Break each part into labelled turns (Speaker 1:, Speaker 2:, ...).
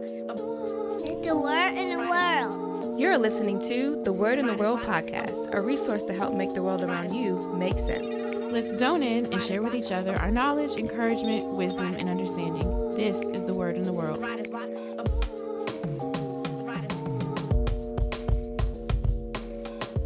Speaker 1: It's the word in the world.
Speaker 2: You're listening to the Word in the World podcast, a resource to help make the world around you make sense.
Speaker 3: Let's zone in and share with each other our knowledge, encouragement, wisdom, and understanding. This is the word in the world.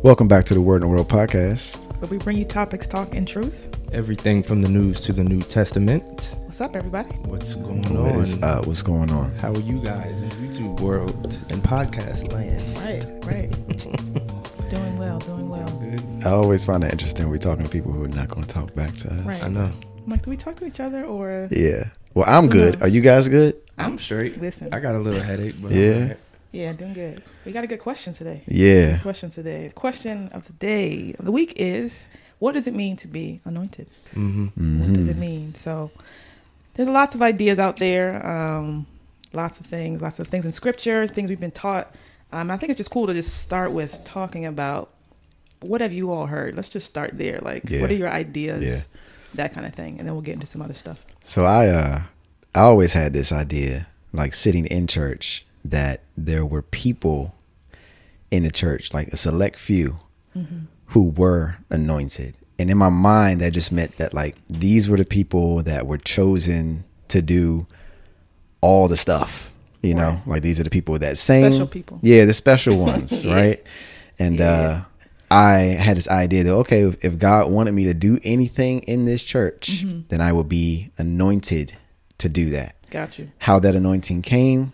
Speaker 4: Welcome back to the Word in the World podcast.
Speaker 5: But we bring you topics, talk, and truth.
Speaker 6: Everything from the news to the New Testament.
Speaker 5: What's up, everybody?
Speaker 6: What's going
Speaker 4: What
Speaker 6: on?
Speaker 4: is up? What's going on?
Speaker 6: How are you guys in YouTube world and podcast land?
Speaker 5: Right, right. doing well, doing well.
Speaker 4: I always find it interesting when we're talking to people who are not going to talk back to us.
Speaker 5: Right.
Speaker 6: I know.
Speaker 5: I'm like, do we talk to each other or?
Speaker 4: Yeah. Well, I'm good. Are you guys good?
Speaker 6: I'm straight.
Speaker 5: Listen.
Speaker 6: I got a little headache, but I'm
Speaker 4: Yeah.
Speaker 6: alright.
Speaker 5: Yeah, doing good. We got a good question today.
Speaker 4: Yeah.
Speaker 5: Question today. The question of the day of the week is, what does it mean to be anointed? What does it mean? So, there's lots of ideas out there. Um, lots of things. Lots of things in scripture. Things we've been taught. Um, I think it's just cool to just start with talking about what have you all heard. Let's just start there. Like,
Speaker 4: Yeah.
Speaker 5: what are your ideas?
Speaker 4: Yeah.
Speaker 5: That kind of thing, and then we'll get into some other stuff.
Speaker 4: So I uh I always had this idea, like sitting in church, that there were people in the church, like a select few, who were anointed. And in my mind that just meant that like these were the people that were chosen to do all the stuff. You know, like these are the people that sing.
Speaker 5: Special people.
Speaker 4: Yeah, the special ones, right? And uh I had this idea that okay, if, if God wanted me to do anything in this church,
Speaker 5: Mm-hmm.
Speaker 4: then I would be anointed to do that.
Speaker 5: Got you.
Speaker 4: How that anointing came,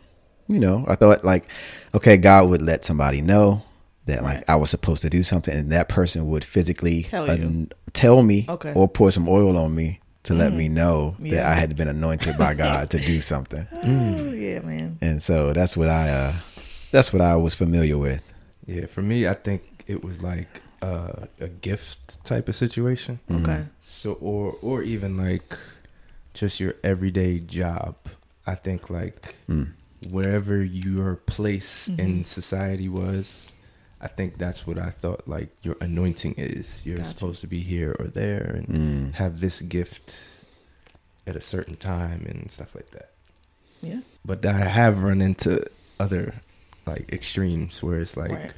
Speaker 4: you know, I thought like, okay, God would let somebody know that like I was supposed to do something, and that person would physically
Speaker 5: Tell you.
Speaker 4: tell me
Speaker 5: Okay. Mm-hmm.
Speaker 4: or pour some oil on me to let me know that
Speaker 5: Yeah.
Speaker 4: I had been anointed by God to do something.
Speaker 5: Oh yeah, man.
Speaker 4: And so that's what I uh that's what I was familiar with.
Speaker 6: Yeah, for me, I think it was like uh, a gift type of situation.
Speaker 5: Okay.
Speaker 6: So, or or even like just your everyday job. I think like
Speaker 4: Mm.
Speaker 6: wherever your place
Speaker 5: Mm-hmm.
Speaker 6: in society was, I think that's what I thought like your anointing is. You're
Speaker 5: Gotcha.
Speaker 6: supposed to be here or there
Speaker 4: Mm.
Speaker 6: and have this gift at a certain time and stuff like that.
Speaker 5: Yeah.
Speaker 6: But I have run into other like extremes where it's like
Speaker 5: Right.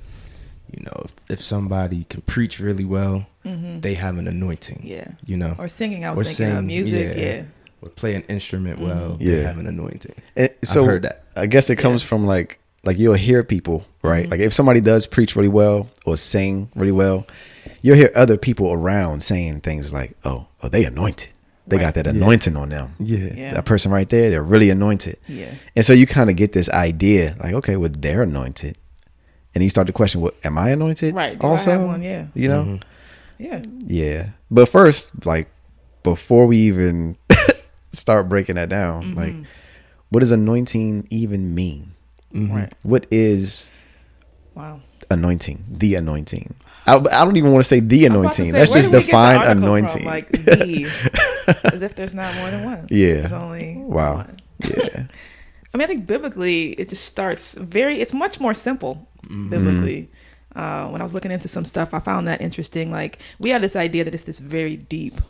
Speaker 6: you know, if, if somebody can preach really well, they have an anointing.
Speaker 5: Mm-hmm. Yeah.
Speaker 6: You know,
Speaker 5: Or singing. I was
Speaker 6: Or
Speaker 5: thinking of
Speaker 6: sing,
Speaker 5: music.
Speaker 6: yeah.
Speaker 5: Yeah.
Speaker 6: or play an instrument well,
Speaker 5: Mm-hmm.
Speaker 4: Yeah.
Speaker 6: they have an anointing.
Speaker 4: It, so
Speaker 6: heard that.
Speaker 4: I guess it comes from like like you'll hear people, right?
Speaker 5: Mm-hmm.
Speaker 4: Like if somebody does preach really well or sing really well, you'll hear other people around saying things like, "Oh, oh, they anointed. They got that anointing on them.
Speaker 6: Yeah.
Speaker 5: Yeah.
Speaker 4: That person right there, they're really anointed."
Speaker 5: Yeah.
Speaker 4: And so you kind of get this idea, like, okay, well, they're anointed, and you start to question, "Well, am I anointed?
Speaker 5: Right. Do I
Speaker 4: Also,
Speaker 5: have one? Yeah.
Speaker 4: you know."
Speaker 6: Mm-hmm.
Speaker 5: Yeah.
Speaker 4: Yeah. But first, like before we even start breaking that down,
Speaker 5: Mm-hmm.
Speaker 4: like what does anointing even mean?
Speaker 5: Right.
Speaker 4: What is
Speaker 5: Wow.
Speaker 4: anointing? The anointing. I, I don't even want to say the
Speaker 5: I was about to
Speaker 4: anointing.
Speaker 5: say,
Speaker 4: Let's
Speaker 5: where
Speaker 4: just
Speaker 5: did we get the
Speaker 4: define
Speaker 5: article from?
Speaker 4: anointing.
Speaker 5: Like the, as if there's not more than one.
Speaker 4: Yeah.
Speaker 5: There's only
Speaker 4: wow.
Speaker 5: one.
Speaker 4: yeah.
Speaker 5: I mean, I think biblically, it just starts very. It's much more simple
Speaker 4: Mm-hmm.
Speaker 5: biblically. Uh, when I was looking into some stuff, I found that interesting. Like we have this idea that it's this very deep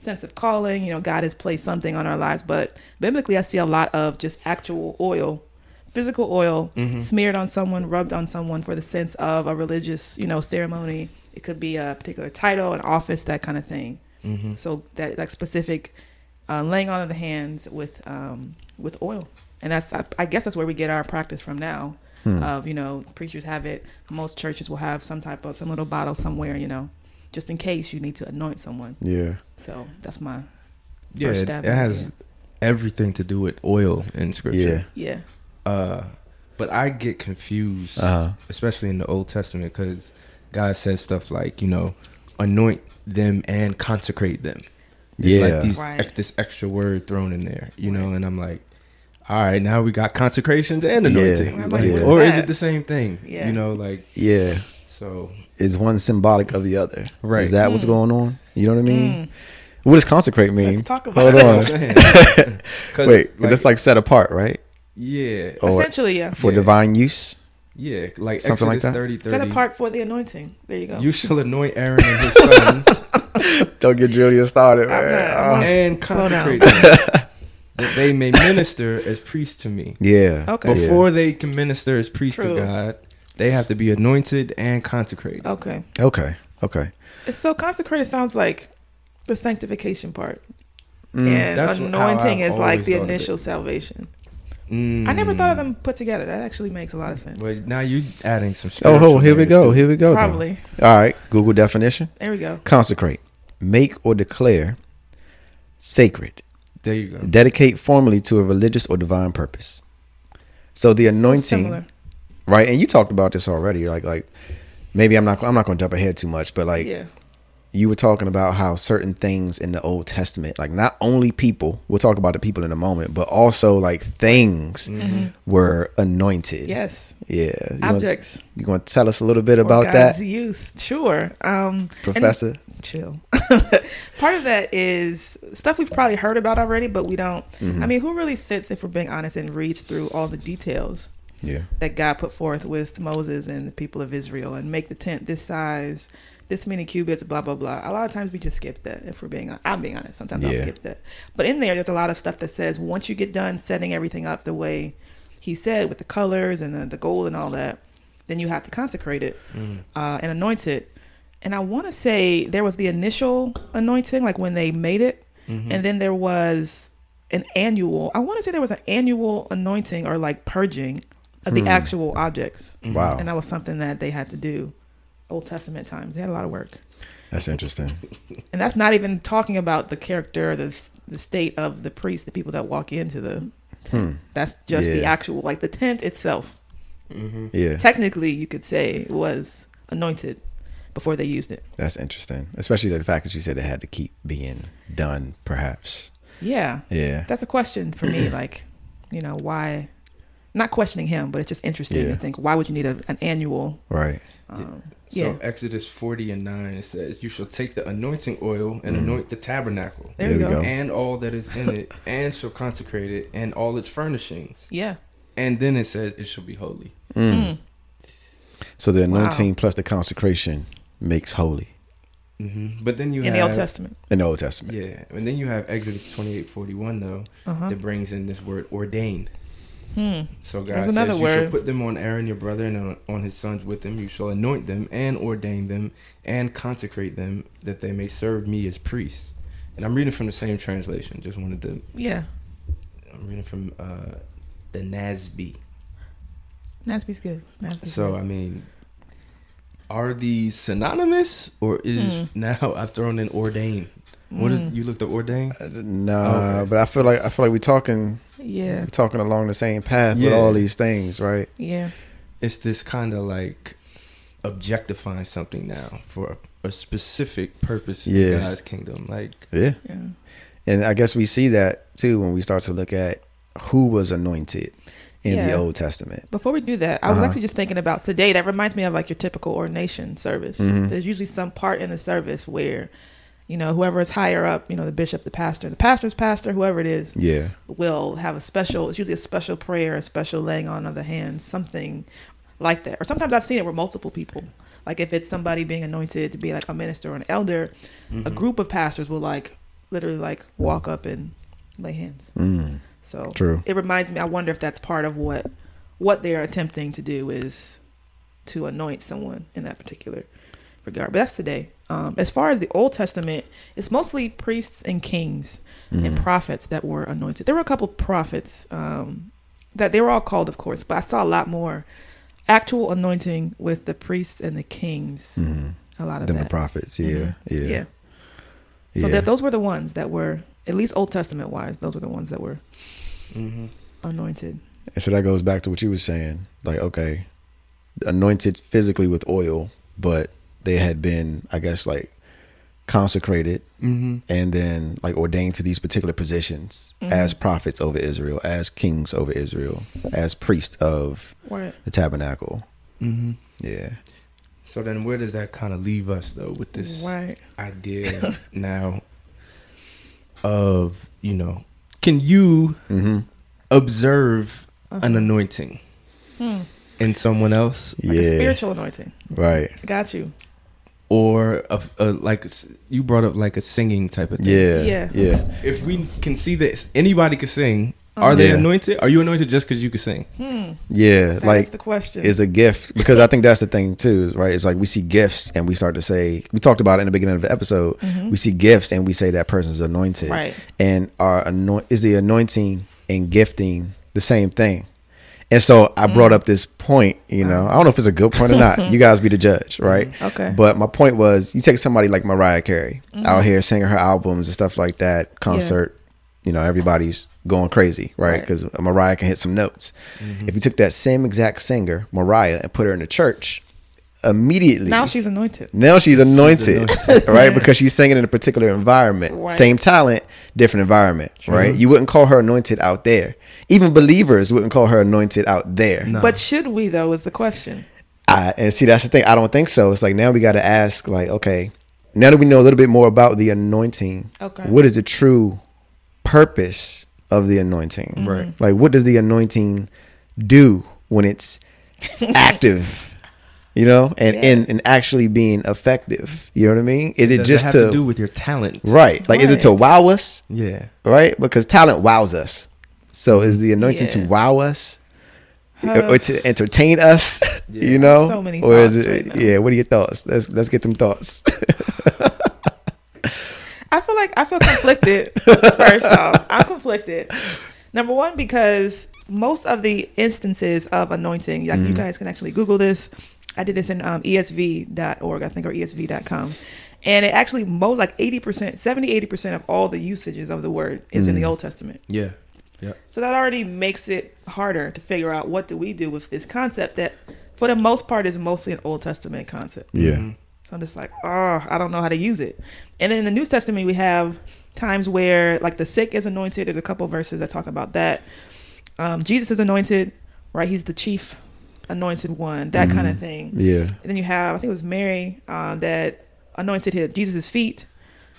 Speaker 5: sense of calling. You know, God has placed something on our lives, but biblically, I see a lot of just actual oil, physical oil smeared on someone, rubbed on someone for the sense of a religious, you know, ceremony. It could be a particular title, an office, that kind of thing. So that like specific uh, laying on of the hands with um, with oil, and that's I, I guess that's where we get our practice from now. Of you know, preachers have it. Most churches will have some type of some little bottle somewhere, you know, just in case you need to anoint someone.
Speaker 4: Yeah.
Speaker 5: So that's my
Speaker 6: Yeah.
Speaker 5: First
Speaker 6: It,
Speaker 5: step,
Speaker 6: it has
Speaker 5: yeah.
Speaker 6: everything to do with oil in scripture.
Speaker 5: yeah.
Speaker 6: Uh, but I get confused,
Speaker 4: Uh-huh.
Speaker 6: especially in the Old Testament, because God says stuff like, you know, anoint them and consecrate them. It's
Speaker 4: Yeah.
Speaker 6: like these
Speaker 5: Right.
Speaker 6: ex- this extra word thrown in there, you know, and I'm like, all right, now we got consecrations and anointing.
Speaker 4: Yeah.
Speaker 6: Like,
Speaker 4: Yeah.
Speaker 6: Or is
Speaker 5: That-
Speaker 6: it the same thing?
Speaker 5: Yeah.
Speaker 6: You know, like,
Speaker 4: Yeah.
Speaker 6: so
Speaker 4: Is one symbolic of the other?
Speaker 6: Right.
Speaker 4: Is that what's going on? You know what I mean? What does consecrate mean?
Speaker 5: Mm. Let's talk about
Speaker 4: Hold
Speaker 5: it.
Speaker 4: on. Wait,
Speaker 6: like,
Speaker 4: that's like set apart, right?
Speaker 6: yeah,
Speaker 4: Oh,
Speaker 5: Essentially, yeah.
Speaker 4: For
Speaker 6: Yeah.
Speaker 4: divine use?
Speaker 6: yeah, like
Speaker 4: Something like
Speaker 6: Exodus
Speaker 4: that?
Speaker 6: 30,
Speaker 5: Set apart for the anointing. There you go.
Speaker 6: You shall anoint Aaron and his sons
Speaker 4: Don't get Julia started, man. Uh, Oh,
Speaker 5: not- I'm not-
Speaker 6: and
Speaker 5: Slow down.
Speaker 6: consecrate them. that they may minister as priests to me.
Speaker 4: Yeah.
Speaker 5: Okay.
Speaker 4: Yeah.
Speaker 6: Before they can minister as priests
Speaker 5: True.
Speaker 6: to God, they have to be anointed and consecrated.
Speaker 5: Okay.
Speaker 4: Okay. Okay.
Speaker 5: It's so consecrated sounds like the sanctification part.
Speaker 4: Mm.
Speaker 5: and
Speaker 6: That's how
Speaker 5: anointing
Speaker 6: I've
Speaker 5: is like
Speaker 6: always
Speaker 5: the
Speaker 6: thought of it.
Speaker 5: initial salvation.
Speaker 6: Mm.
Speaker 5: I never thought of them put together. That actually makes a lot of sense.
Speaker 6: Well, now you're adding some.
Speaker 4: Oh,
Speaker 6: spiritual
Speaker 4: oh, here we
Speaker 6: layers
Speaker 4: go.
Speaker 6: to it.
Speaker 4: Here we go. now.
Speaker 5: Probably.
Speaker 4: All right. Google definition.
Speaker 5: There we go.
Speaker 4: Consecrate. Make or declare sacred.
Speaker 6: There you go.
Speaker 4: Dedicate formally to a religious or divine purpose. So the anointing,
Speaker 5: Similar.
Speaker 4: right? And you talked about this already. Like, like maybe I'm not. I'm not going to jump ahead too much, but like
Speaker 5: yeah.
Speaker 4: you were talking about how certain things in the Old Testament, like not only people, we'll talk about the people in a moment, but also like things were anointed.
Speaker 5: Mm-hmm. Yes.
Speaker 4: Yeah. You wanna-
Speaker 5: Objects.
Speaker 4: you want to tell us a little bit
Speaker 5: for
Speaker 4: about
Speaker 5: God's
Speaker 4: that,
Speaker 5: use. Sure. Um, and-
Speaker 4: Professor?
Speaker 5: chill. Part of that is stuff we've probably heard about already, but we don't.
Speaker 4: Mm-hmm.
Speaker 5: I mean, who really sits, if we're being honest, and reads through all the details
Speaker 4: Yeah.
Speaker 5: that God put forth with Moses and the people of Israel and make the tent this size, this many cubits, blah blah blah. A lot of times we just skip that. If we're being, hon- I'm being honest, sometimes I'll
Speaker 4: Yeah.
Speaker 5: skip that. But in there, there's a lot of stuff that says once you get done setting everything up the way He said with the colors and the, the gold and all that, then you have to consecrate it uh, and anoint it. And I want to say there was the initial anointing, like when they made it, and then there was an annual. I want to say there was an annual anointing or like purging of the actual objects.
Speaker 4: Wow.
Speaker 5: And that was something that they had to do Old Testament times. They had a lot of work.
Speaker 4: That's interesting.
Speaker 5: And that's not even talking about the character, the, s- the state of the priest, the people that walk into the tent. That's just the
Speaker 4: Hmm. Yeah.
Speaker 5: actual, like the tent itself.
Speaker 4: Yeah.
Speaker 5: Technically, you could say was anointed before they used it.
Speaker 4: That's interesting. Especially the fact that you said it had to keep being done, perhaps.
Speaker 5: Yeah.
Speaker 4: Yeah.
Speaker 5: That's a question for me. Like, you know, why? Not questioning him, but it's just interesting
Speaker 4: Yeah.
Speaker 5: to think why would you need a, an annual?
Speaker 4: Right.
Speaker 5: Um,
Speaker 6: So
Speaker 5: yeah.
Speaker 6: Exodus 40 and 9 it says, You shall take the anointing oil and anoint the tabernacle
Speaker 5: There,
Speaker 4: There
Speaker 5: you
Speaker 4: Mm. we
Speaker 5: go.
Speaker 4: go.
Speaker 6: and all that is in it, and shall consecrate it and all its furnishings.
Speaker 5: Yeah.
Speaker 6: And then it says, It shall be holy.
Speaker 4: So the anointing plus the consecration makes holy
Speaker 6: Mm-hmm. But then you
Speaker 5: In the
Speaker 6: have.
Speaker 5: Old Testament.
Speaker 4: in the Old Testament.
Speaker 6: Yeah. And then you have Exodus 28 41, though,
Speaker 5: Uh-huh.
Speaker 6: that brings in this word ordained.
Speaker 5: Hmm.
Speaker 6: So God
Speaker 5: There's
Speaker 6: says,
Speaker 5: another
Speaker 6: You
Speaker 5: word.
Speaker 6: shall put them on Aaron your brother and on, on his sons with him. You shall anoint them and ordain them and consecrate them that they may serve me as priests. And I'm reading from the same translation. Just wanted to
Speaker 5: Yeah.
Speaker 6: I'm reading from uh, the NASB.
Speaker 5: Mm-hmm. Nasby's good. Nasby's
Speaker 6: So
Speaker 5: good.
Speaker 6: I mean, are these synonymous, or is
Speaker 5: Hmm.
Speaker 6: now I've thrown in ordain? What is you looked up ordain?
Speaker 4: Uh, Nah,
Speaker 6: Okay.
Speaker 4: but I feel like I feel like we're talking
Speaker 5: yeah,
Speaker 4: we're talking along the same path with
Speaker 6: Yeah.
Speaker 4: all these things, right?
Speaker 5: yeah,
Speaker 6: It's this kind of like objectifying something now for a, a specific purpose in
Speaker 4: Yeah.
Speaker 6: God's kingdom. Like
Speaker 4: Yeah.
Speaker 5: yeah.
Speaker 4: And I guess we see that too when we start to look at who was anointed in the
Speaker 5: Yeah.
Speaker 4: Old Testament.
Speaker 5: Before we do that, I was
Speaker 4: Uh-huh.
Speaker 5: actually just thinking about today. That reminds me of like your typical ordination service.
Speaker 4: Mhm.
Speaker 5: There's usually some part in the service where, you know, whoever is higher up, you know, the bishop, the pastor, the pastor's pastor, whoever it is,
Speaker 4: Yeah.
Speaker 5: will have a special. It's usually a special prayer, a special laying on of the hands, something like that. Or sometimes I've seen it with multiple people. Like if it's somebody being anointed to be like a minister or an elder, a group of pastors will like literally like walk up and lay hands.
Speaker 4: Mm.
Speaker 5: So
Speaker 4: True.
Speaker 5: it reminds me. I wonder if that's part of what what they are attempting to do is to anoint someone in that particular regard. But that's today. Um, as far as the Old Testament, it's mostly priests and kings
Speaker 4: Mm.
Speaker 5: and
Speaker 4: Mm-hmm.
Speaker 5: prophets that were anointed. There were a couple prophets um, that they were all called, of course, but I saw a lot more actual anointing with the priests and the kings.
Speaker 4: Mhm.
Speaker 5: A lot of
Speaker 4: Then the
Speaker 5: that. Mm-hmm.
Speaker 4: prophets. Yeah. Yeah.
Speaker 5: yeah.
Speaker 4: Yeah.
Speaker 5: So that those were the ones that were, at least Old Testament wise, those were the ones that were
Speaker 6: mm-hmm.
Speaker 5: anointed.
Speaker 4: And so that goes back to what you were saying. Like, okay, anointed physically with oil, but they had been, I guess, like consecrated
Speaker 6: Mm-hmm.
Speaker 4: and then like ordained to these particular positions
Speaker 5: Mm-hmm.
Speaker 4: as prophets over Israel, as kings over Israel, as priests of
Speaker 5: Right.
Speaker 4: the tabernacle.
Speaker 6: Mm-hmm.
Speaker 4: Yeah.
Speaker 6: So then, where does that kind of leave us though with this?
Speaker 5: Right.
Speaker 6: idea now of you know can you
Speaker 4: Mm-hmm.
Speaker 6: observe an anointing in someone else
Speaker 5: Like a spiritual anointing.
Speaker 4: Right.
Speaker 5: Got you.
Speaker 6: or a, a like s- you brought up like a singing type of thing.
Speaker 4: Yeah.
Speaker 5: Yeah.
Speaker 4: Yeah.
Speaker 6: If we can see that anybody can sing, are they
Speaker 4: Yeah.
Speaker 6: anointed? Are you anointed just because you can sing?
Speaker 4: Yeah.
Speaker 5: That's
Speaker 4: like
Speaker 5: the question.
Speaker 4: is a gift because I think that's the thing too, is, right? It's like we see gifts and we start to say we talked about it in the beginning of the episode. We see gifts and we say that person's anointed,
Speaker 5: Mm-hmm. Right.
Speaker 4: And our anoint is the anointing and gifting the same thing. And so I
Speaker 5: Mm.
Speaker 4: brought up this point, you know, I don't know if it's a good point or not. You guys be the judge, right?
Speaker 5: Mm-hmm. Okay. Mm-hmm.
Speaker 4: But my point was, you take somebody like Mariah Carey out here singing her albums and stuff like that, concert, you know, everybody's going crazy, right? Mm-hmm.
Speaker 5: Right.
Speaker 4: Because Mariah can hit some notes. If you took that same exact singer, Mariah, and put her in the church, immediately
Speaker 5: now she's anointed.
Speaker 4: now she's anointed, right? Because she's singing in a particular environment.
Speaker 5: Right.
Speaker 4: Same talent, different environment, right? You wouldn't call her anointed out there. Even believers wouldn't call her anointed out there.
Speaker 5: But should we though? Is the question.
Speaker 4: I, and see, that's the thing. I don't think so. It's like now we got to ask, like, okay, now that we know a little bit more about the anointing,
Speaker 5: Okay.
Speaker 4: what is the true purpose of the anointing?
Speaker 6: Right.
Speaker 4: Like, what does the anointing do when it's active? You know, and, and and actually being effective. You know what I mean? Is it,
Speaker 6: Does
Speaker 4: just
Speaker 6: have
Speaker 4: to,
Speaker 6: to do with your talent?
Speaker 4: right? Like, is it to wow us?
Speaker 6: Yeah.
Speaker 4: Right? Because talent wows us. So is the anointing to
Speaker 5: Yeah.
Speaker 4: wow us? Or- or to entertain us, you know,
Speaker 5: So many
Speaker 4: or is
Speaker 5: thoughts
Speaker 4: it?
Speaker 5: right now.
Speaker 4: yeah, what are your thoughts? Let's let's get them thoughts.
Speaker 5: I feel like I feel conflicted. first off, I'm conflicted. Number one, because most of the instances of anointing, like
Speaker 4: Mm-hmm.
Speaker 5: you guys can actually Google this. I did this in um, esv.org, I think, or E esv.com. And it actually, most like 80%, 70, 80% of all the usages of the word is
Speaker 4: Mm.
Speaker 5: in the Old Testament.
Speaker 6: Yeah. Yeah.
Speaker 5: So that already makes it harder to figure out what do we do with this concept that, for the most part, is mostly an Old Testament concept.
Speaker 4: yeah,
Speaker 5: So I'm just like, oh, I don't know how to use it. And then in the New Testament, we have times where like the sick is anointed. There's a couple verses that talk about that. Um, Jesus is anointed, right? He's the chief anointed one, that kind of thing.
Speaker 4: Mm-hmm. yeah,
Speaker 5: And then you have, I think it was Mary uh, that anointed his, Jesus' feet.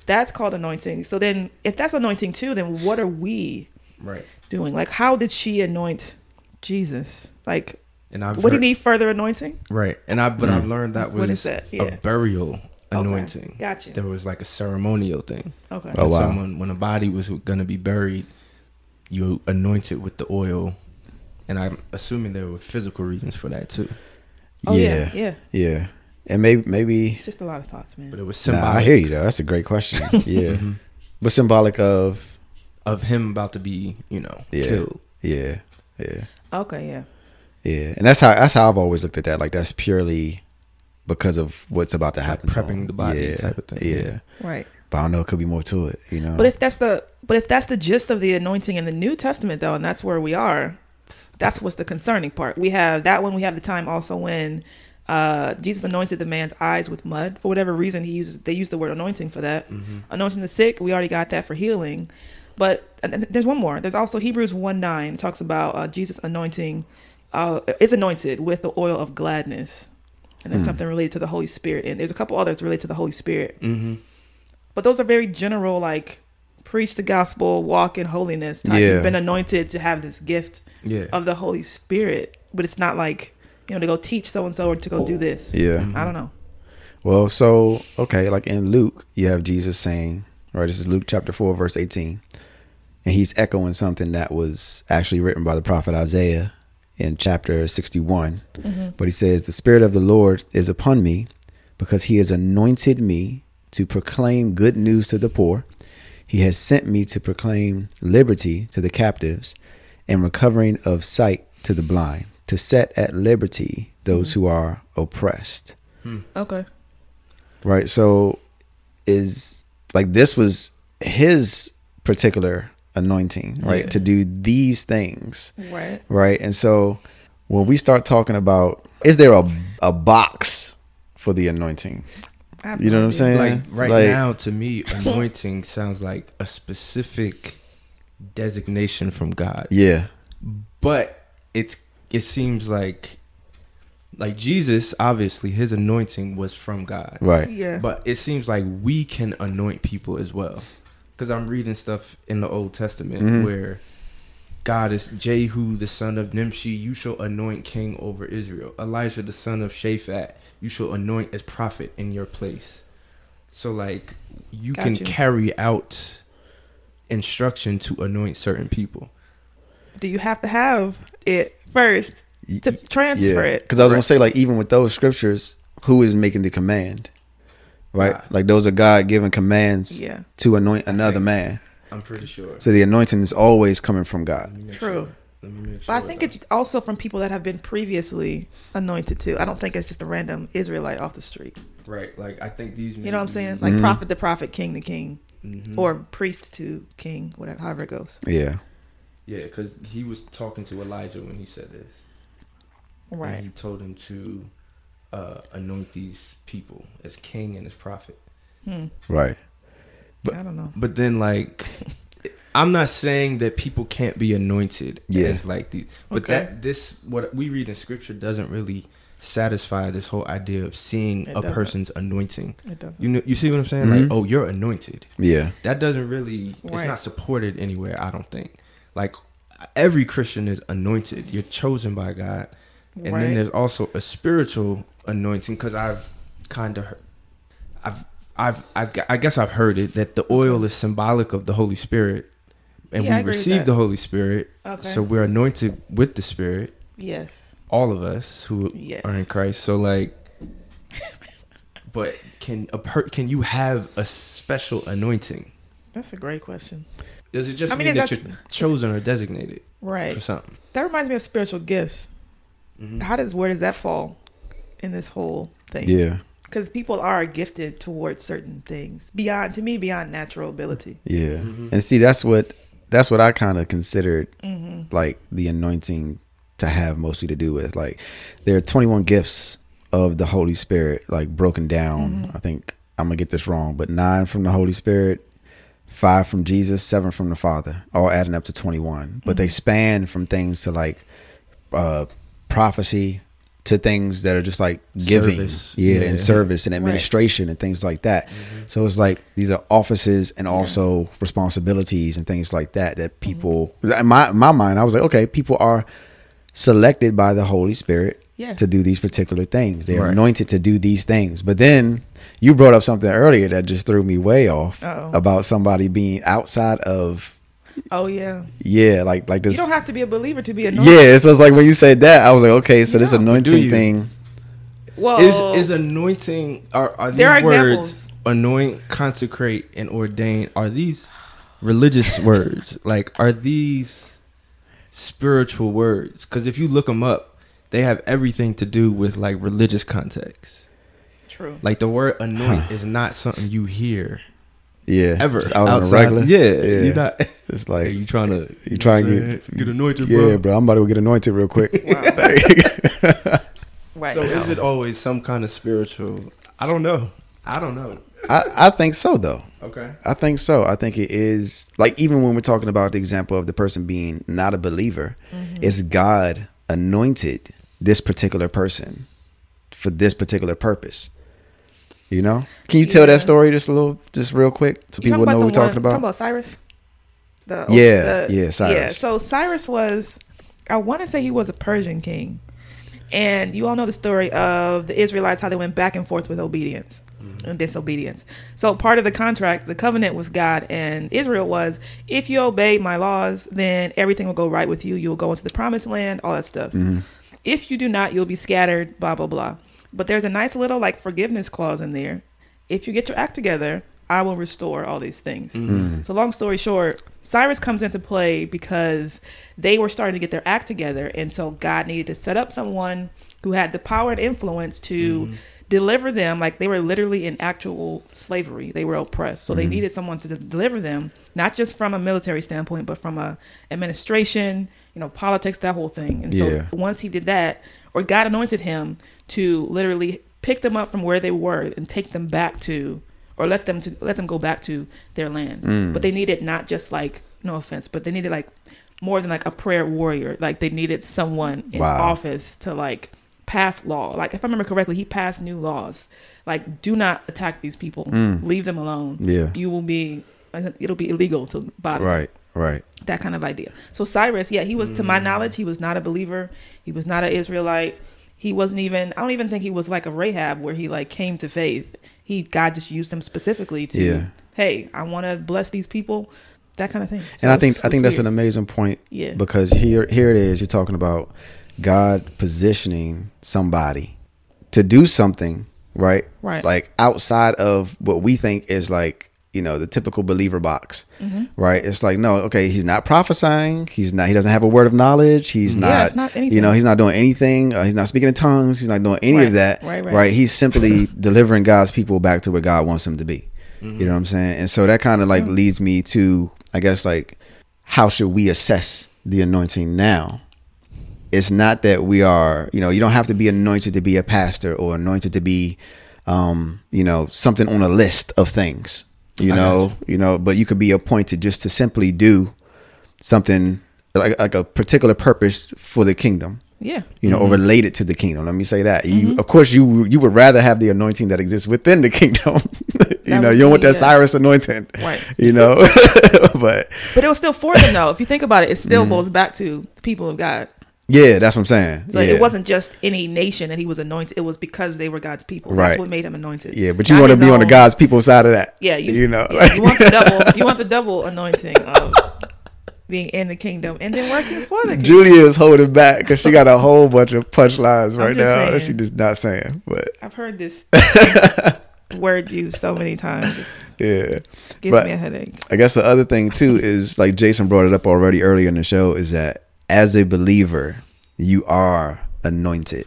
Speaker 5: That's called anointing. So then, if that's anointing too, then what are we
Speaker 6: Right.
Speaker 5: doing? Like, how did she anoint Jesus? Like,
Speaker 6: And I've
Speaker 5: would he
Speaker 6: heard-
Speaker 5: need further anointing?
Speaker 6: Right, and I but
Speaker 4: Mm.
Speaker 6: I've learned that was
Speaker 5: What is that? Yeah.
Speaker 6: a burial anointing.
Speaker 5: Gotcha.
Speaker 6: There was like a ceremonial thing.
Speaker 5: Okay.
Speaker 4: Oh,
Speaker 6: And
Speaker 4: wow.
Speaker 6: Someone when a body was gonna be buried, you anoint it with the oil, and I'm assuming there were physical reasons for that too.
Speaker 5: Oh,
Speaker 4: yeah,
Speaker 5: yeah. Yeah.
Speaker 4: yeah. And maybe maybe
Speaker 5: It's just a lot of thoughts, man.
Speaker 6: But it was
Speaker 4: nah,
Speaker 6: symbolic
Speaker 4: I hear you though. That's a great question. Yeah,
Speaker 6: Mm-hmm.
Speaker 4: but symbolic of
Speaker 6: of him about to be, you know,
Speaker 4: Yeah.
Speaker 6: killed.
Speaker 4: yeah, yeah,
Speaker 5: Okay, yeah.
Speaker 4: yeah. And that's how that's how I've always looked at that. Like that's purely because of what's about to happen. to
Speaker 6: prepping
Speaker 4: him.
Speaker 6: the body
Speaker 4: yeah,
Speaker 6: type of thing.
Speaker 4: Yeah,
Speaker 5: Right.
Speaker 4: but I don't know. It could be more to it. You know.
Speaker 5: But if that's the but if that's the gist of the anointing in the New Testament though, and that's where we are, that's what's the concerning part. We have that one, we have the time also when uh, Jesus anointed the man's eyes with mud. For whatever reason he uses they use the word anointing for that. Anointing the sick, we already got that for healing. But and then there's one more. There's also Hebrews 1 9 talks about uh, Jesus anointing uh, is anointed with the oil of gladness.
Speaker 4: Hmm.
Speaker 5: And there's something related to the Holy Spirit. And there's a couple others related to the Holy Spirit.
Speaker 6: Mm-hmm.
Speaker 5: But those are very general, like preach the gospel, walk in holiness. Type.
Speaker 4: Yeah.
Speaker 5: You've been anointed to have this gift
Speaker 6: Yeah.
Speaker 5: of the Holy Spirit, but it's not like you know to go teach so and so or to go do this.
Speaker 4: yeah.
Speaker 5: I don't know.
Speaker 4: Well, so okay, like in Luke, you have Jesus saying, right? This is Luke chapter four, verse eighteen, and he's echoing something that was actually written by the prophet Isaiah in chapter sixty-one. But he says, "The Spirit of the Lord is upon me, because He has anointed me to proclaim good news to the poor. He has sent me to proclaim liberty to the captives, and recovering of sight to the blind, to set at liberty those who are oppressed."
Speaker 5: Okay.
Speaker 4: Right. So is like this was his particular anointing, right?
Speaker 6: Yeah.
Speaker 4: To do these things.
Speaker 5: Right.
Speaker 4: Right. And so when we start talking about is there a a box for the anointing?
Speaker 5: I have
Speaker 4: You know
Speaker 5: no
Speaker 4: what I'm
Speaker 5: idea.
Speaker 4: saying?
Speaker 6: Like right
Speaker 4: Like,
Speaker 6: now, to me, anointing sounds like a specific designation from God.
Speaker 4: Yeah.
Speaker 6: but it's it seems like like Jesus obviously his anointing was from God.
Speaker 4: Right.
Speaker 5: Yeah.
Speaker 6: But it seems like we can anoint people as well. Cuz I'm reading stuff in the Old Testament where God is Jehu, the son of Nimshi. You shall anoint king over Israel. Elijah, the son of Shaphat. You shall anoint as prophet in your place. So, like, you
Speaker 5: Got
Speaker 6: can
Speaker 5: you.
Speaker 6: carry out instruction to anoint certain people.
Speaker 5: Do you have to have it first to transfer it?
Speaker 4: Because I was gonna say, like, even with those scriptures, who is making the command? Right?
Speaker 6: God.
Speaker 4: Like those are God given commands
Speaker 5: Yeah.
Speaker 4: to anoint another man.
Speaker 6: I'm pretty sure.
Speaker 4: So the anointing is always coming from God.
Speaker 6: Make
Speaker 5: True.
Speaker 6: sure. Let me make sure.
Speaker 5: But I think it's also from people that have been previously anointed too. I don't think it's just a random Israelite off the street.
Speaker 6: right. Like I think these.
Speaker 5: You know what I'm saying?
Speaker 6: Mm-hmm.
Speaker 5: Like prophet to prophet, king to king, or priest to king, whatever, however it goes.
Speaker 4: Yeah.
Speaker 6: yeah, because he was talking to Elijah when he said this. And he Mm-hmm.
Speaker 5: Right.
Speaker 6: told him to uh, anoint these people as king and as prophet.
Speaker 4: Right.
Speaker 5: I don't know.
Speaker 6: But then, like, I'm not saying that people can't be anointed.
Speaker 4: Yeah.
Speaker 6: as, like the, but
Speaker 5: Okay.
Speaker 6: that this what we read in scripture doesn't really satisfy this whole idea of seeing
Speaker 5: It
Speaker 6: a
Speaker 5: doesn't.
Speaker 6: person's anointing.
Speaker 5: It doesn't.
Speaker 6: You know, you see what I'm saying? Like, oh, you're anointed.
Speaker 4: Yeah.
Speaker 6: That doesn't really. It's
Speaker 5: Right.
Speaker 6: not supported anywhere. I don't think. Like, every Christian is anointed. You're chosen by God, and
Speaker 5: Right.
Speaker 6: then there's also a spiritual anointing because I've kind of, I've, I've, I've, I guess I've heard it that the oil is symbolic of the Holy Spirit, and
Speaker 5: Yeah, I
Speaker 6: we
Speaker 5: agree with
Speaker 6: receive
Speaker 5: that.
Speaker 6: the Holy Spirit,
Speaker 5: Okay.
Speaker 6: so we're anointed with the Spirit.
Speaker 5: Yes.
Speaker 6: All of us who
Speaker 5: Yes.
Speaker 6: are in Christ. So like. But can a per- can you have a special anointing?
Speaker 5: That's a great question.
Speaker 6: Does it just
Speaker 5: I mean,
Speaker 6: mean
Speaker 5: is
Speaker 6: that
Speaker 5: that-
Speaker 6: you're chosen or designated
Speaker 5: Right.
Speaker 6: for something?
Speaker 5: That reminds me of spiritual gifts.
Speaker 6: Mm-hmm.
Speaker 5: How does where does that fall in this whole thing?
Speaker 4: Yeah.
Speaker 5: Because people are gifted towards certain things beyond to me beyond natural ability.
Speaker 4: Yeah.
Speaker 6: Mm-hmm.
Speaker 4: And see that's what that's what I kind of considered
Speaker 6: Mm-hmm.
Speaker 4: like the anointing to have mostly to do with. Like there are 21 gifts of the Holy Spirit like broken down.
Speaker 6: Mm-hmm.
Speaker 4: I think I'm going to get this wrong, but 9 from the Holy Spirit, 5 from Jesus, 7 from the Father, all adding up to 21. But they
Speaker 6: Mm-hmm.
Speaker 4: span from things to like uh prophecy to things that are just like giving
Speaker 6: Service.
Speaker 4: yeah,
Speaker 6: Yeah.
Speaker 4: and service and administration and things like that
Speaker 5: Mm-hmm.
Speaker 4: so it's like these are offices and also responsibilities and things like that that
Speaker 5: Mm-hmm.
Speaker 4: people in my, in my mind i was like okay people are selected by the holy spirit
Speaker 5: Yeah.
Speaker 4: to do these particular things they're
Speaker 6: Right.
Speaker 4: anointed to do these things but then you brought up something earlier that just threw me way off
Speaker 5: Uh-oh.
Speaker 4: about somebody being outside of
Speaker 5: Oh yeah.
Speaker 4: yeah like like this
Speaker 5: You don't have to be a believer to be anointed.
Speaker 4: yeah so it's like when you said that i was like okay so this
Speaker 5: Yeah.
Speaker 6: Do
Speaker 4: anointing
Speaker 6: you?
Speaker 4: thing
Speaker 5: Well,
Speaker 6: Is is anointing are are these
Speaker 5: Oh. There are
Speaker 6: words
Speaker 5: examples.
Speaker 6: anoint, consecrate, and ordain? Are these religious words? Like are these spiritual words? Because if you look them up, they have everything to do with like religious context.
Speaker 5: true.
Speaker 6: Like the word anoint is not something you hear
Speaker 4: yeah
Speaker 6: ever
Speaker 4: Just out on the regular
Speaker 6: Yeah, you're not.
Speaker 4: it's
Speaker 6: Like,
Speaker 4: like
Speaker 6: you trying to
Speaker 4: You try and
Speaker 6: get
Speaker 4: get-
Speaker 6: get anointed,
Speaker 4: Yeah,
Speaker 6: bro.
Speaker 4: bro. I'm about to go get anointed real quick.
Speaker 5: Right.
Speaker 6: So
Speaker 5: now.
Speaker 6: is it always some kind of spiritual? I don't know. I don't know.
Speaker 4: I, I think so, though.
Speaker 6: Okay.
Speaker 4: I think so. I think it is like even when we're talking about the example of the person being not a believer,
Speaker 5: Mm-hmm.
Speaker 4: it's God anointed this particular person for this particular purpose. You know? Can you tell
Speaker 5: Yeah.
Speaker 4: that story just a little, just real quick, so
Speaker 5: You
Speaker 4: people know what we're
Speaker 5: the one-
Speaker 4: talking about?
Speaker 5: Talking about Cyrus. The,
Speaker 4: Yeah, yeah, Cyrus.
Speaker 5: So Cyrus was, I want to say he was a Persian king, and you all know the story of the Israelites how they went back and forth with obedience and disobedience. So part of the contract, the covenant with God and Israel was, if you obey my laws, then everything will go right with you. You will go into the promised land, all that stuff.
Speaker 4: Mm-hmm.
Speaker 5: If you do not, you'll be scattered. Blah blah blah. But there's a nice little like forgiveness clause in there if you get your act together, I will restore all these things. So, long story short, Cyrus comes into play because they were starting to get their act together. And so, God needed to set up someone who had the power and influence to deliver them. Like, they were literally in actual slavery, they were oppressed. So, they needed someone to de- deliver them, not just from a military standpoint, but from a administration, you know, politics, that whole thing. And so,
Speaker 4: Yeah.
Speaker 5: once he did that, or God anointed him to literally pick them up from where they were and take them back to, or let them to let them go back to their land.
Speaker 4: Mm.
Speaker 5: But they needed not just like no offense, but they needed like more than like a prayer warrior. Like they needed someone in
Speaker 4: Wow.
Speaker 5: office to like pass law. Like if I remember correctly, he passed new laws. Like do not attack these people. Leave them alone.
Speaker 4: Mm. Yeah.
Speaker 5: you will be. It'll be illegal to bother. them.
Speaker 4: Right. Right.
Speaker 5: that kind of idea. So Cyrus, yeah, he was to
Speaker 4: Mm.
Speaker 5: my knowledge, he was not a believer. He was not an Israelite. He wasn't even I don't even think he was like a Rahab where he like came to faith. He God just used him specifically to
Speaker 4: Yeah.
Speaker 5: hey, I want to bless these people, that kind of thing. So
Speaker 4: and I
Speaker 5: it's-
Speaker 4: think I
Speaker 5: it's
Speaker 4: think that's an
Speaker 5: weird.
Speaker 4: amazing point.
Speaker 5: Yeah.
Speaker 4: Because here here it is. You're talking about God positioning somebody to do something, right?
Speaker 5: Right.
Speaker 4: Like outside of what we think is like you know the typical believer box,
Speaker 5: Mm-hmm.
Speaker 4: right? It's like no, okay, he's not prophesying. He's not. He doesn't have a word of knowledge. He's not.
Speaker 5: Mm-hmm. Yeah, it's not anything.
Speaker 4: You know, he's not doing anything. Uh, he's not speaking in tongues. He's not doing any
Speaker 5: Right,
Speaker 4: of that.
Speaker 5: right, right.
Speaker 4: He's simply delivering God's people back to where God wants them to be. You know what I'm saying? And so that kind of
Speaker 5: Mm-hmm.
Speaker 4: like leads me to, I guess, like, how should we assess the anointing now? It's not that we are, you know, you don't have to be anointed to be a pastor or anointed to be, um, you know, something on a list of things. You
Speaker 6: I
Speaker 4: know, you know, but you could be appointed just to simply do something like like a particular purpose for the kingdom
Speaker 5: Yeah.
Speaker 4: you know, or related to the kingdom. Let me say that. You,
Speaker 5: Mm-hmm.
Speaker 4: of course, you you would rather have the anointing that exists within the kingdom. you
Speaker 5: That
Speaker 4: know,
Speaker 5: would
Speaker 4: you don't want
Speaker 5: be
Speaker 4: that
Speaker 5: it.
Speaker 4: Cyrus anointing.
Speaker 5: Right.
Speaker 4: You know, but
Speaker 5: But it was still for them though. If you think about it, it
Speaker 4: Mm-hmm.
Speaker 5: still boils back to the people of God.
Speaker 4: yeah, that's what I'm saying.
Speaker 5: So
Speaker 4: yeah.
Speaker 5: it wasn't just any nation that he was anointed. It was because they were God's people.
Speaker 4: Right.
Speaker 5: That's what made him anointed.
Speaker 4: Yeah, but you
Speaker 5: Not
Speaker 4: want to
Speaker 5: his
Speaker 4: be on the
Speaker 5: own-
Speaker 4: God's people side of that.
Speaker 5: Yeah,
Speaker 4: you,
Speaker 5: you,
Speaker 4: know,
Speaker 5: yeah,
Speaker 4: like-
Speaker 5: you want the double. You want the double anointing of being in the kingdom and then working for the kingdom.
Speaker 4: Julia is holding back because she got a whole bunch of punchlines right
Speaker 5: just
Speaker 4: now that
Speaker 5: saying.
Speaker 4: she just not saying. But
Speaker 5: I've heard this word used so many times. It
Speaker 4: yeah,
Speaker 5: gives
Speaker 4: But-
Speaker 5: me a headache.
Speaker 4: I guess the other thing too is like Jason brought it up already earlier in the show is that as a believer, you are anointed.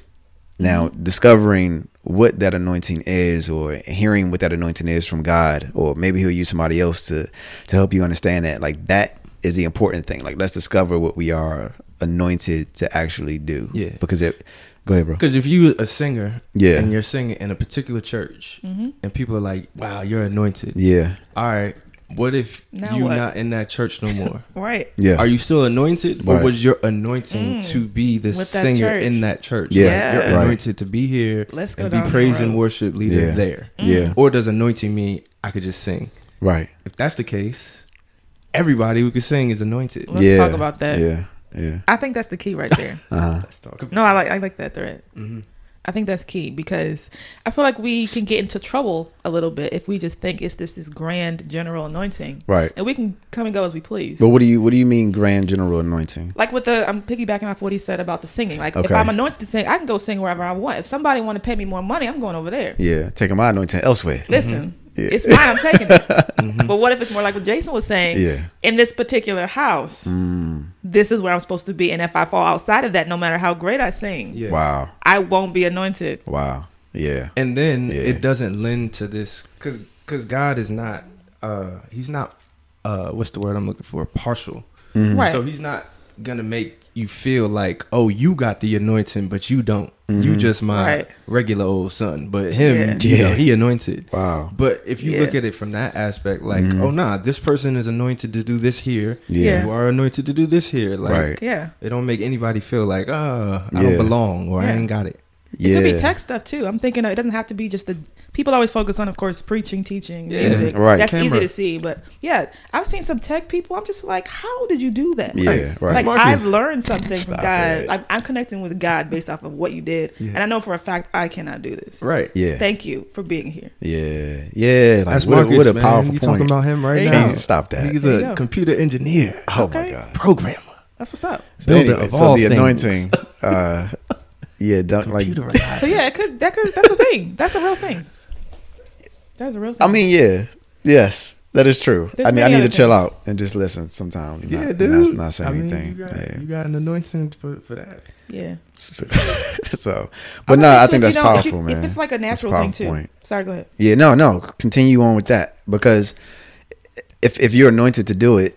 Speaker 4: Now,
Speaker 5: Mm-hmm.
Speaker 4: discovering what that anointing is or hearing what that anointing is from God, or maybe he'll use somebody else to to help you understand that. Like that is the important thing. Like let's discover what we are anointed to actually do.
Speaker 6: Yeah.
Speaker 4: Because it go ahead, bro.
Speaker 6: Because if you a singer,
Speaker 4: Yeah.
Speaker 6: and you're singing in a particular church,
Speaker 5: Mm-hmm.
Speaker 6: and people are like, "Wow, you're anointed."
Speaker 4: Yeah.
Speaker 6: All right, what if
Speaker 5: Now
Speaker 6: you're
Speaker 5: what?
Speaker 6: not in that church no more?
Speaker 5: Right.
Speaker 4: Yeah.
Speaker 6: Are you still anointed, or
Speaker 4: Right.
Speaker 6: was your anointing to be the
Speaker 5: Mm. with that
Speaker 6: singer
Speaker 5: church.
Speaker 6: in that church?
Speaker 4: Yeah.
Speaker 6: Like, you're
Speaker 5: Yeah.
Speaker 4: Right.
Speaker 6: anointed to be here
Speaker 5: Let's go
Speaker 6: and be
Speaker 5: down the
Speaker 6: praise and
Speaker 5: road. Mm.
Speaker 6: worship leader
Speaker 4: Yeah.
Speaker 6: there.
Speaker 4: Yeah.
Speaker 6: Or does anointing mean I could just sing?
Speaker 4: Right.
Speaker 6: If that's the case, everybody who could sing is anointed.
Speaker 5: Let's
Speaker 4: yeah.
Speaker 5: talk about that.
Speaker 4: Yeah. Yeah.
Speaker 5: I think that's the key right there.
Speaker 4: Uh-huh.
Speaker 6: Let's talk about
Speaker 5: No, I like I like that thread. I think that's key because I feel like we can get into trouble a little bit if we just think it's this this grand general anointing,
Speaker 4: Right.
Speaker 5: and we can come and go as we please.
Speaker 4: But what do you what do you mean grand general anointing?
Speaker 5: like with the I'm piggybacking off what he said about the singing. Like if
Speaker 4: Okay.
Speaker 5: I'm anointed to sing, I can go sing wherever I want. If somebody want to pay me more money, I'm going over there.
Speaker 4: Yeah, taking my anointing elsewhere.
Speaker 5: Listen,
Speaker 4: Mm-hmm. Yeah. Mm-hmm.
Speaker 5: it's mine. I'm taking it. But what if it's more like what Jason was saying?
Speaker 4: Yeah. Mm.
Speaker 5: In this particular house, this is where I'm supposed to be, and if I fall outside of that, no matter how great I sing,
Speaker 6: Yeah.
Speaker 4: Wow.
Speaker 5: I won't be anointed.
Speaker 4: Wow. Yeah.
Speaker 6: and then
Speaker 4: Yeah.
Speaker 6: it doesn't lend to this because because god is not uh he's not uh what's the word i'm looking for partial
Speaker 4: Mm-hmm.
Speaker 5: Right.
Speaker 6: so he's not gonna make you feel like oh you got the anointing but you don't you just my
Speaker 5: Right.
Speaker 6: regular old son but him
Speaker 4: Yeah.
Speaker 6: you know
Speaker 4: Mm-hmm. Yeah.
Speaker 6: he anointed
Speaker 4: Wow. Mm-hmm.
Speaker 6: but if you
Speaker 5: Yeah.
Speaker 6: look at it from that aspect like oh nah this person is anointed to do this here
Speaker 4: Yeah.
Speaker 6: you are anointed to do this here like
Speaker 4: Right.
Speaker 5: Yeah.
Speaker 6: it don't make anybody feel like ah
Speaker 4: Yeah.
Speaker 6: i don't belong or i
Speaker 5: Yeah.
Speaker 6: ain't got it
Speaker 5: It
Speaker 4: Yeah.
Speaker 5: could be tech stuff too. I'm thinking it doesn't have to be just the people always focus on, of course, preaching, teaching,
Speaker 6: Yeah.
Speaker 5: music.
Speaker 4: Mm-hmm. Right.
Speaker 5: That's
Speaker 6: Camera.
Speaker 5: easy to see, but yeah, I've seen some tech people. I'm just like, how did you do that?
Speaker 4: Yeah,
Speaker 5: Like-
Speaker 4: right.
Speaker 5: Like
Speaker 6: Marketing.
Speaker 5: I've learned something from
Speaker 4: Stop
Speaker 5: God.
Speaker 4: it.
Speaker 5: Like, I'm connecting with God based off of what you did,
Speaker 6: Yeah.
Speaker 5: and I know for a fact I cannot do this.
Speaker 6: right
Speaker 4: Yeah.
Speaker 5: Thank you for being here.
Speaker 4: yeah. Yeah. Like,
Speaker 6: That's
Speaker 4: what,
Speaker 6: Marcus,
Speaker 4: what a
Speaker 6: man.
Speaker 4: powerful
Speaker 6: you
Speaker 4: point.
Speaker 6: talking about him right
Speaker 5: There you
Speaker 6: now.
Speaker 4: Can't stop that.
Speaker 6: He's
Speaker 5: There you go.
Speaker 6: a computer engineer,
Speaker 4: oh my
Speaker 5: Okay.
Speaker 4: God.
Speaker 6: programmer.
Speaker 5: That's what's up.
Speaker 4: So,
Speaker 6: builder
Speaker 4: anyway,
Speaker 6: of
Speaker 4: so
Speaker 6: all
Speaker 4: the
Speaker 6: things.
Speaker 4: anointing. Uh, yeah. Don't, like.
Speaker 6: Computer
Speaker 5: So yeah, it could that could that's a thing. That's a real thing. That's a real thing.
Speaker 4: I mean, yeah. Yes. That is true.
Speaker 5: There's
Speaker 4: I need, I
Speaker 5: many
Speaker 4: need to
Speaker 5: other
Speaker 4: chill
Speaker 5: things.
Speaker 4: out and just listen sometimes. and
Speaker 6: yeah,
Speaker 4: not,
Speaker 6: dude.
Speaker 4: and Not, not say
Speaker 6: I mean,
Speaker 4: anything.
Speaker 6: you, got,
Speaker 4: Yeah.
Speaker 6: you got an anointing for, for that.
Speaker 5: yeah.
Speaker 4: So, so- but no,
Speaker 5: would
Speaker 4: I
Speaker 5: too if
Speaker 4: think that's
Speaker 5: you don't- if you-
Speaker 4: powerful, man.
Speaker 5: If it's like a
Speaker 4: That's
Speaker 5: natural
Speaker 4: powerful
Speaker 5: thing too.
Speaker 4: point.
Speaker 5: Sorry, go ahead.
Speaker 4: Yeah, no, no. Continue on with that because if if you're anointed to do it,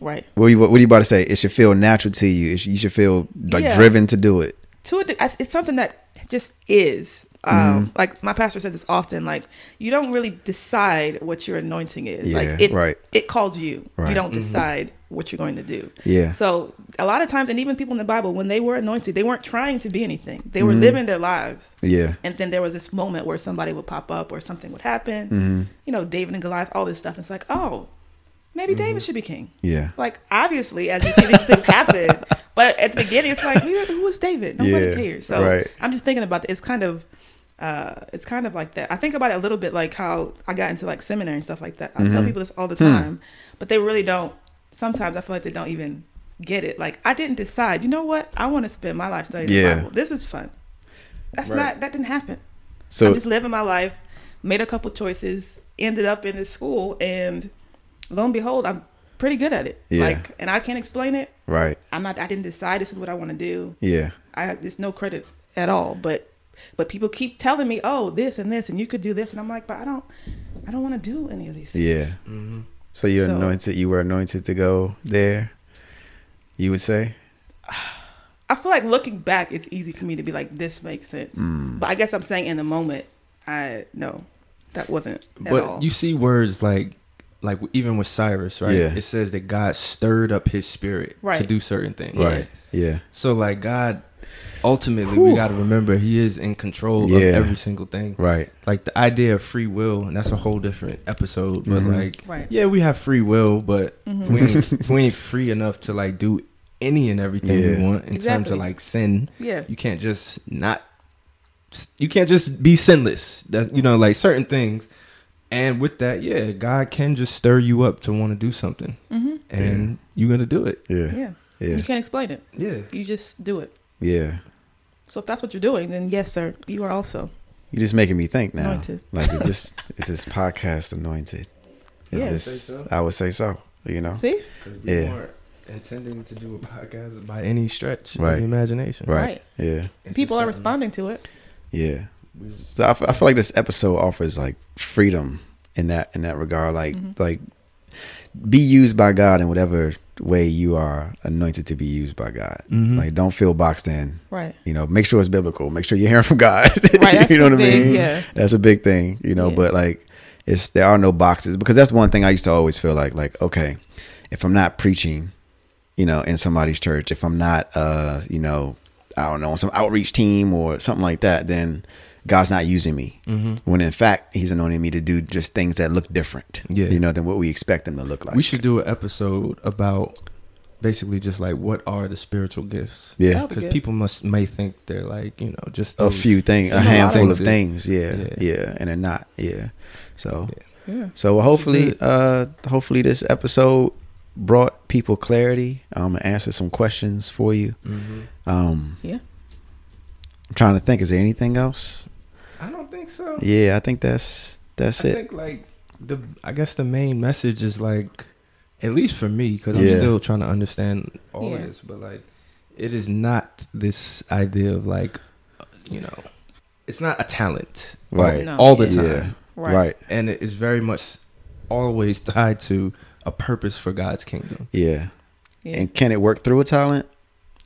Speaker 5: Right.
Speaker 4: what are you, what are you about to say? It should feel natural to you. It should, you should feel like
Speaker 5: Yeah.
Speaker 4: driven to do it.
Speaker 5: to a de- I- it's something that just is um
Speaker 4: Mm-hmm.
Speaker 5: like my pastor said this often like you don't really decide what your anointing is
Speaker 4: Yeah,
Speaker 5: like it
Speaker 4: right.
Speaker 5: it calls you
Speaker 4: Right.
Speaker 5: you don't decide what you're going to do
Speaker 4: Yeah.
Speaker 5: so a lot of times and even people in the bible when they were anointed they weren't trying to be anything they
Speaker 4: Mm-hmm.
Speaker 5: were living their lives
Speaker 4: Yeah.
Speaker 5: and then there was this moment where
Speaker 4: Mm-hmm.
Speaker 5: somebody would pop up or something would happen you know david and goliath all this stuff it's like oh maybe David should be king.
Speaker 4: Mm-hmm. Yeah.
Speaker 5: Like obviously, as you see these things happen, but at the beginning, it's like, who who is David? Nobody
Speaker 4: Yeah,
Speaker 5: cares. So
Speaker 4: right.
Speaker 5: I'm just thinking about it. It's kind of, uh, it's kind of like that. I think about it a little bit like how I got into like seminary and stuff like that. I
Speaker 4: Mm-hmm.
Speaker 5: tell people this all the
Speaker 4: Hmm.
Speaker 5: time, but they really don't. Sometimes I feel like they don't even get it. Like I didn't decide. You know what? I want to spend my life studying
Speaker 4: Yeah.
Speaker 5: the Bible. This is fun. That's
Speaker 6: Right.
Speaker 5: not. That didn't happen.
Speaker 4: So
Speaker 5: I'm just living my life, made a couple choices, ended up in this school, and lo and behold, I'm pretty good at it.
Speaker 4: Yeah.
Speaker 5: Like, and I can't explain it.
Speaker 4: right.
Speaker 5: I'm not. I didn't decide this is what I want to do.
Speaker 4: Yeah.
Speaker 5: I there's no credit at all. But but people keep telling me, oh, this and this, and you could do this, and I'm like, but I don't. I don't want to do any of these. things.
Speaker 4: Yeah. So you're
Speaker 5: So-
Speaker 4: anointed. You were anointed to go there. You would say.
Speaker 5: I feel like looking back, it's easy for me to be like, this makes sense.
Speaker 4: Mm.
Speaker 5: But I guess I'm saying in the moment, I no, that wasn't at
Speaker 6: but
Speaker 5: all.
Speaker 6: you see words like like even with Cyrus, right?
Speaker 4: Yeah.
Speaker 6: It says that God stirred up his spirit to
Speaker 5: Right.
Speaker 6: do certain things.
Speaker 4: Right. Yeah.
Speaker 6: So like God ultimately we got to remember he is in control
Speaker 4: Yeah.
Speaker 6: of every single thing.
Speaker 4: Right.
Speaker 6: Like the idea of free will and that's a whole different episode, but
Speaker 4: Mm-hmm.
Speaker 6: like
Speaker 5: Right. Mm-hmm.
Speaker 6: yeah, we have free will, but we ain't, we ain't free enough to like do any and everything
Speaker 4: Yeah.
Speaker 6: we want in terms
Speaker 5: Exactly.
Speaker 6: of like sin.
Speaker 5: Yeah.
Speaker 6: You can't just not you can't just be sinless. That you know like certain things and with that, yeah, God can just stir you up to want to do something.
Speaker 5: Mm-hmm.
Speaker 6: And you're going to do it.
Speaker 4: Yeah.
Speaker 5: yeah.
Speaker 4: Yeah.
Speaker 5: You can't explain it.
Speaker 6: Yeah.
Speaker 5: You just do it.
Speaker 4: Yeah.
Speaker 5: So if that's what you're doing, then yes, sir, you are also.
Speaker 4: You're just making me think now.
Speaker 5: Anointed.
Speaker 4: Like is this is this podcast anointed? Is
Speaker 5: Yeah.
Speaker 4: this? I would say so. You know.
Speaker 5: See?
Speaker 4: we Yeah.
Speaker 6: weren't intending to do a podcast by any stretch
Speaker 4: Right.
Speaker 6: of the imagination.
Speaker 4: Right.
Speaker 5: Right.
Speaker 4: Yeah.
Speaker 5: People are
Speaker 6: uh,
Speaker 5: responding to it.
Speaker 4: Yeah. So I, f- I feel like this episode offers like freedom in that in that regard. Like like be used by God in whatever way you are anointed to be used by God. Like don't feel boxed in.
Speaker 5: Right.
Speaker 4: You know, make sure it's biblical. Make sure you're hearing from God.
Speaker 5: Right, that's
Speaker 4: you know
Speaker 5: the
Speaker 4: what I
Speaker 5: thing,
Speaker 4: mean?
Speaker 5: yeah.
Speaker 4: That's a big thing. You know,
Speaker 5: Yeah.
Speaker 4: but like it's there are no boxes because that's one thing I used to always feel like like okay, if I'm not preaching, you know, in somebody's church, if I'm not, uh, you know, I don't know, on some outreach team or something like that, then God's not using me.
Speaker 6: Mm-hmm.
Speaker 4: When in fact, He's anointing me to do just things that look different,
Speaker 6: Yeah.
Speaker 4: you know, than what we expect them to look like.
Speaker 6: We should do an episode about basically just like what are the spiritual gifts.
Speaker 4: yeah,
Speaker 5: That'd be
Speaker 6: Because
Speaker 5: good.
Speaker 6: people must may think they're like, you know, just
Speaker 4: a
Speaker 6: those-
Speaker 4: few things, a
Speaker 6: Oh. There's a lot
Speaker 4: handful of
Speaker 6: of
Speaker 4: things,
Speaker 6: things.
Speaker 4: yeah, yeah,
Speaker 6: Yeah.
Speaker 4: and they're not, yeah. So,
Speaker 5: Yeah.
Speaker 4: so hopefully,
Speaker 6: Good.
Speaker 4: uh, hopefully this episode brought people clarity. Um, and answered some questions for you.
Speaker 6: Mm-hmm.
Speaker 4: Um,
Speaker 5: Yeah.
Speaker 4: I'm trying to think. Is there anything else?
Speaker 6: I don't think so.
Speaker 4: Yeah, I think that's that's
Speaker 6: I
Speaker 4: it.
Speaker 6: think like the I guess the main message is like at least for me because
Speaker 4: Yeah.
Speaker 6: I'm still trying to understand all
Speaker 5: Yeah.
Speaker 6: of this, but like it is not this idea of like you know it's not a talent all-
Speaker 4: Right.
Speaker 5: No.
Speaker 6: all the
Speaker 4: Yeah.
Speaker 6: time,
Speaker 5: Right.
Speaker 6: and it is very much always tied to a purpose for God's kingdom.
Speaker 4: Yeah.
Speaker 5: Yeah.
Speaker 4: And can it work through a talent?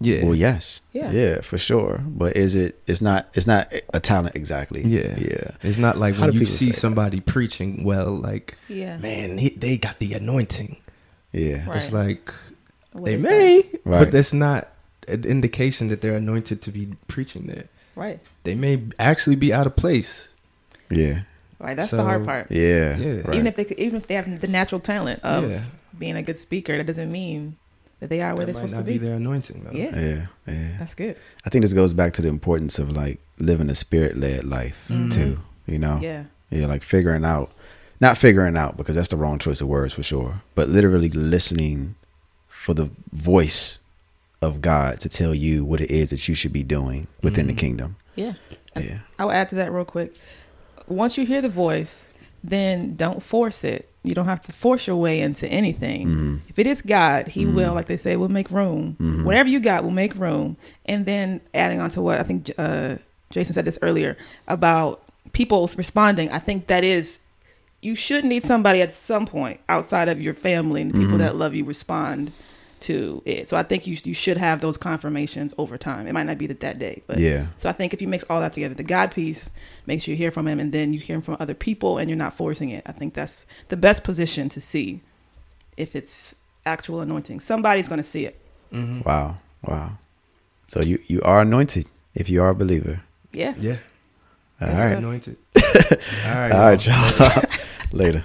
Speaker 6: Yeah,
Speaker 4: Well, yes.
Speaker 5: Yeah.
Speaker 4: Yeah, for sure. But is it? It's not. It's not a talent exactly.
Speaker 6: yeah,
Speaker 4: Yeah.
Speaker 6: It's not like
Speaker 4: How
Speaker 6: when
Speaker 4: do
Speaker 6: you
Speaker 4: people say
Speaker 6: see
Speaker 4: that?
Speaker 6: somebody preaching well, like
Speaker 5: Yeah.
Speaker 6: man, he, they got the anointing.
Speaker 4: Yeah.
Speaker 5: Right.
Speaker 6: It's like
Speaker 5: What
Speaker 6: they
Speaker 5: is
Speaker 6: may,
Speaker 4: Right.
Speaker 6: but that's not an indication that they're anointed to be preaching there.
Speaker 5: that? Right.
Speaker 6: They may actually be out of place.
Speaker 4: Yeah.
Speaker 5: Right. That's the
Speaker 6: So-
Speaker 5: hard part.
Speaker 4: Yeah.
Speaker 6: Yeah.
Speaker 4: Right.
Speaker 5: Even if they could, even if they have the natural talent of
Speaker 6: yeah,
Speaker 5: being a good speaker, that doesn't mean that they are where
Speaker 6: that
Speaker 5: they're
Speaker 6: might
Speaker 5: supposed to
Speaker 6: not
Speaker 5: be.
Speaker 6: be their anointing. Though.
Speaker 5: Yeah.
Speaker 4: yeah. Yeah.
Speaker 5: That's good.
Speaker 4: I think this goes back to the importance of like living a spirit led life too. You know?
Speaker 5: Yeah.
Speaker 4: Yeah, like figuring out not figuring out because that's the wrong choice of words for sure, but literally listening for the voice of God to tell you what it is that you should be doing within the kingdom.
Speaker 5: Yeah.
Speaker 4: Yeah.
Speaker 5: I'll add to that real quick. Once you hear the voice, then don't force it. You don't have to force your way into anything. If it is God, He will, like they say, will make room. Whatever you got will make room. And then adding on to what I think uh, Jason said this earlier about people responding, I think that is, you should need somebody at some point outside of your family and the people that love you respond to it. So I think you, you should have those confirmations over time. It might not be that that day, but
Speaker 4: Yeah.
Speaker 5: so I think if you mix all that together, the God piece, make sure you hear from him and then you hear from other people and you're not forcing it. I think that's the best position to see if it's actual anointing. Somebody's going to see it.
Speaker 4: Wow. Wow. So you you are anointed if you are a believer.
Speaker 5: Yeah.
Speaker 6: yeah.
Speaker 4: All
Speaker 6: That's
Speaker 4: right.
Speaker 6: anointed. All right,
Speaker 4: All right,
Speaker 6: y'all.
Speaker 4: y'all. Later.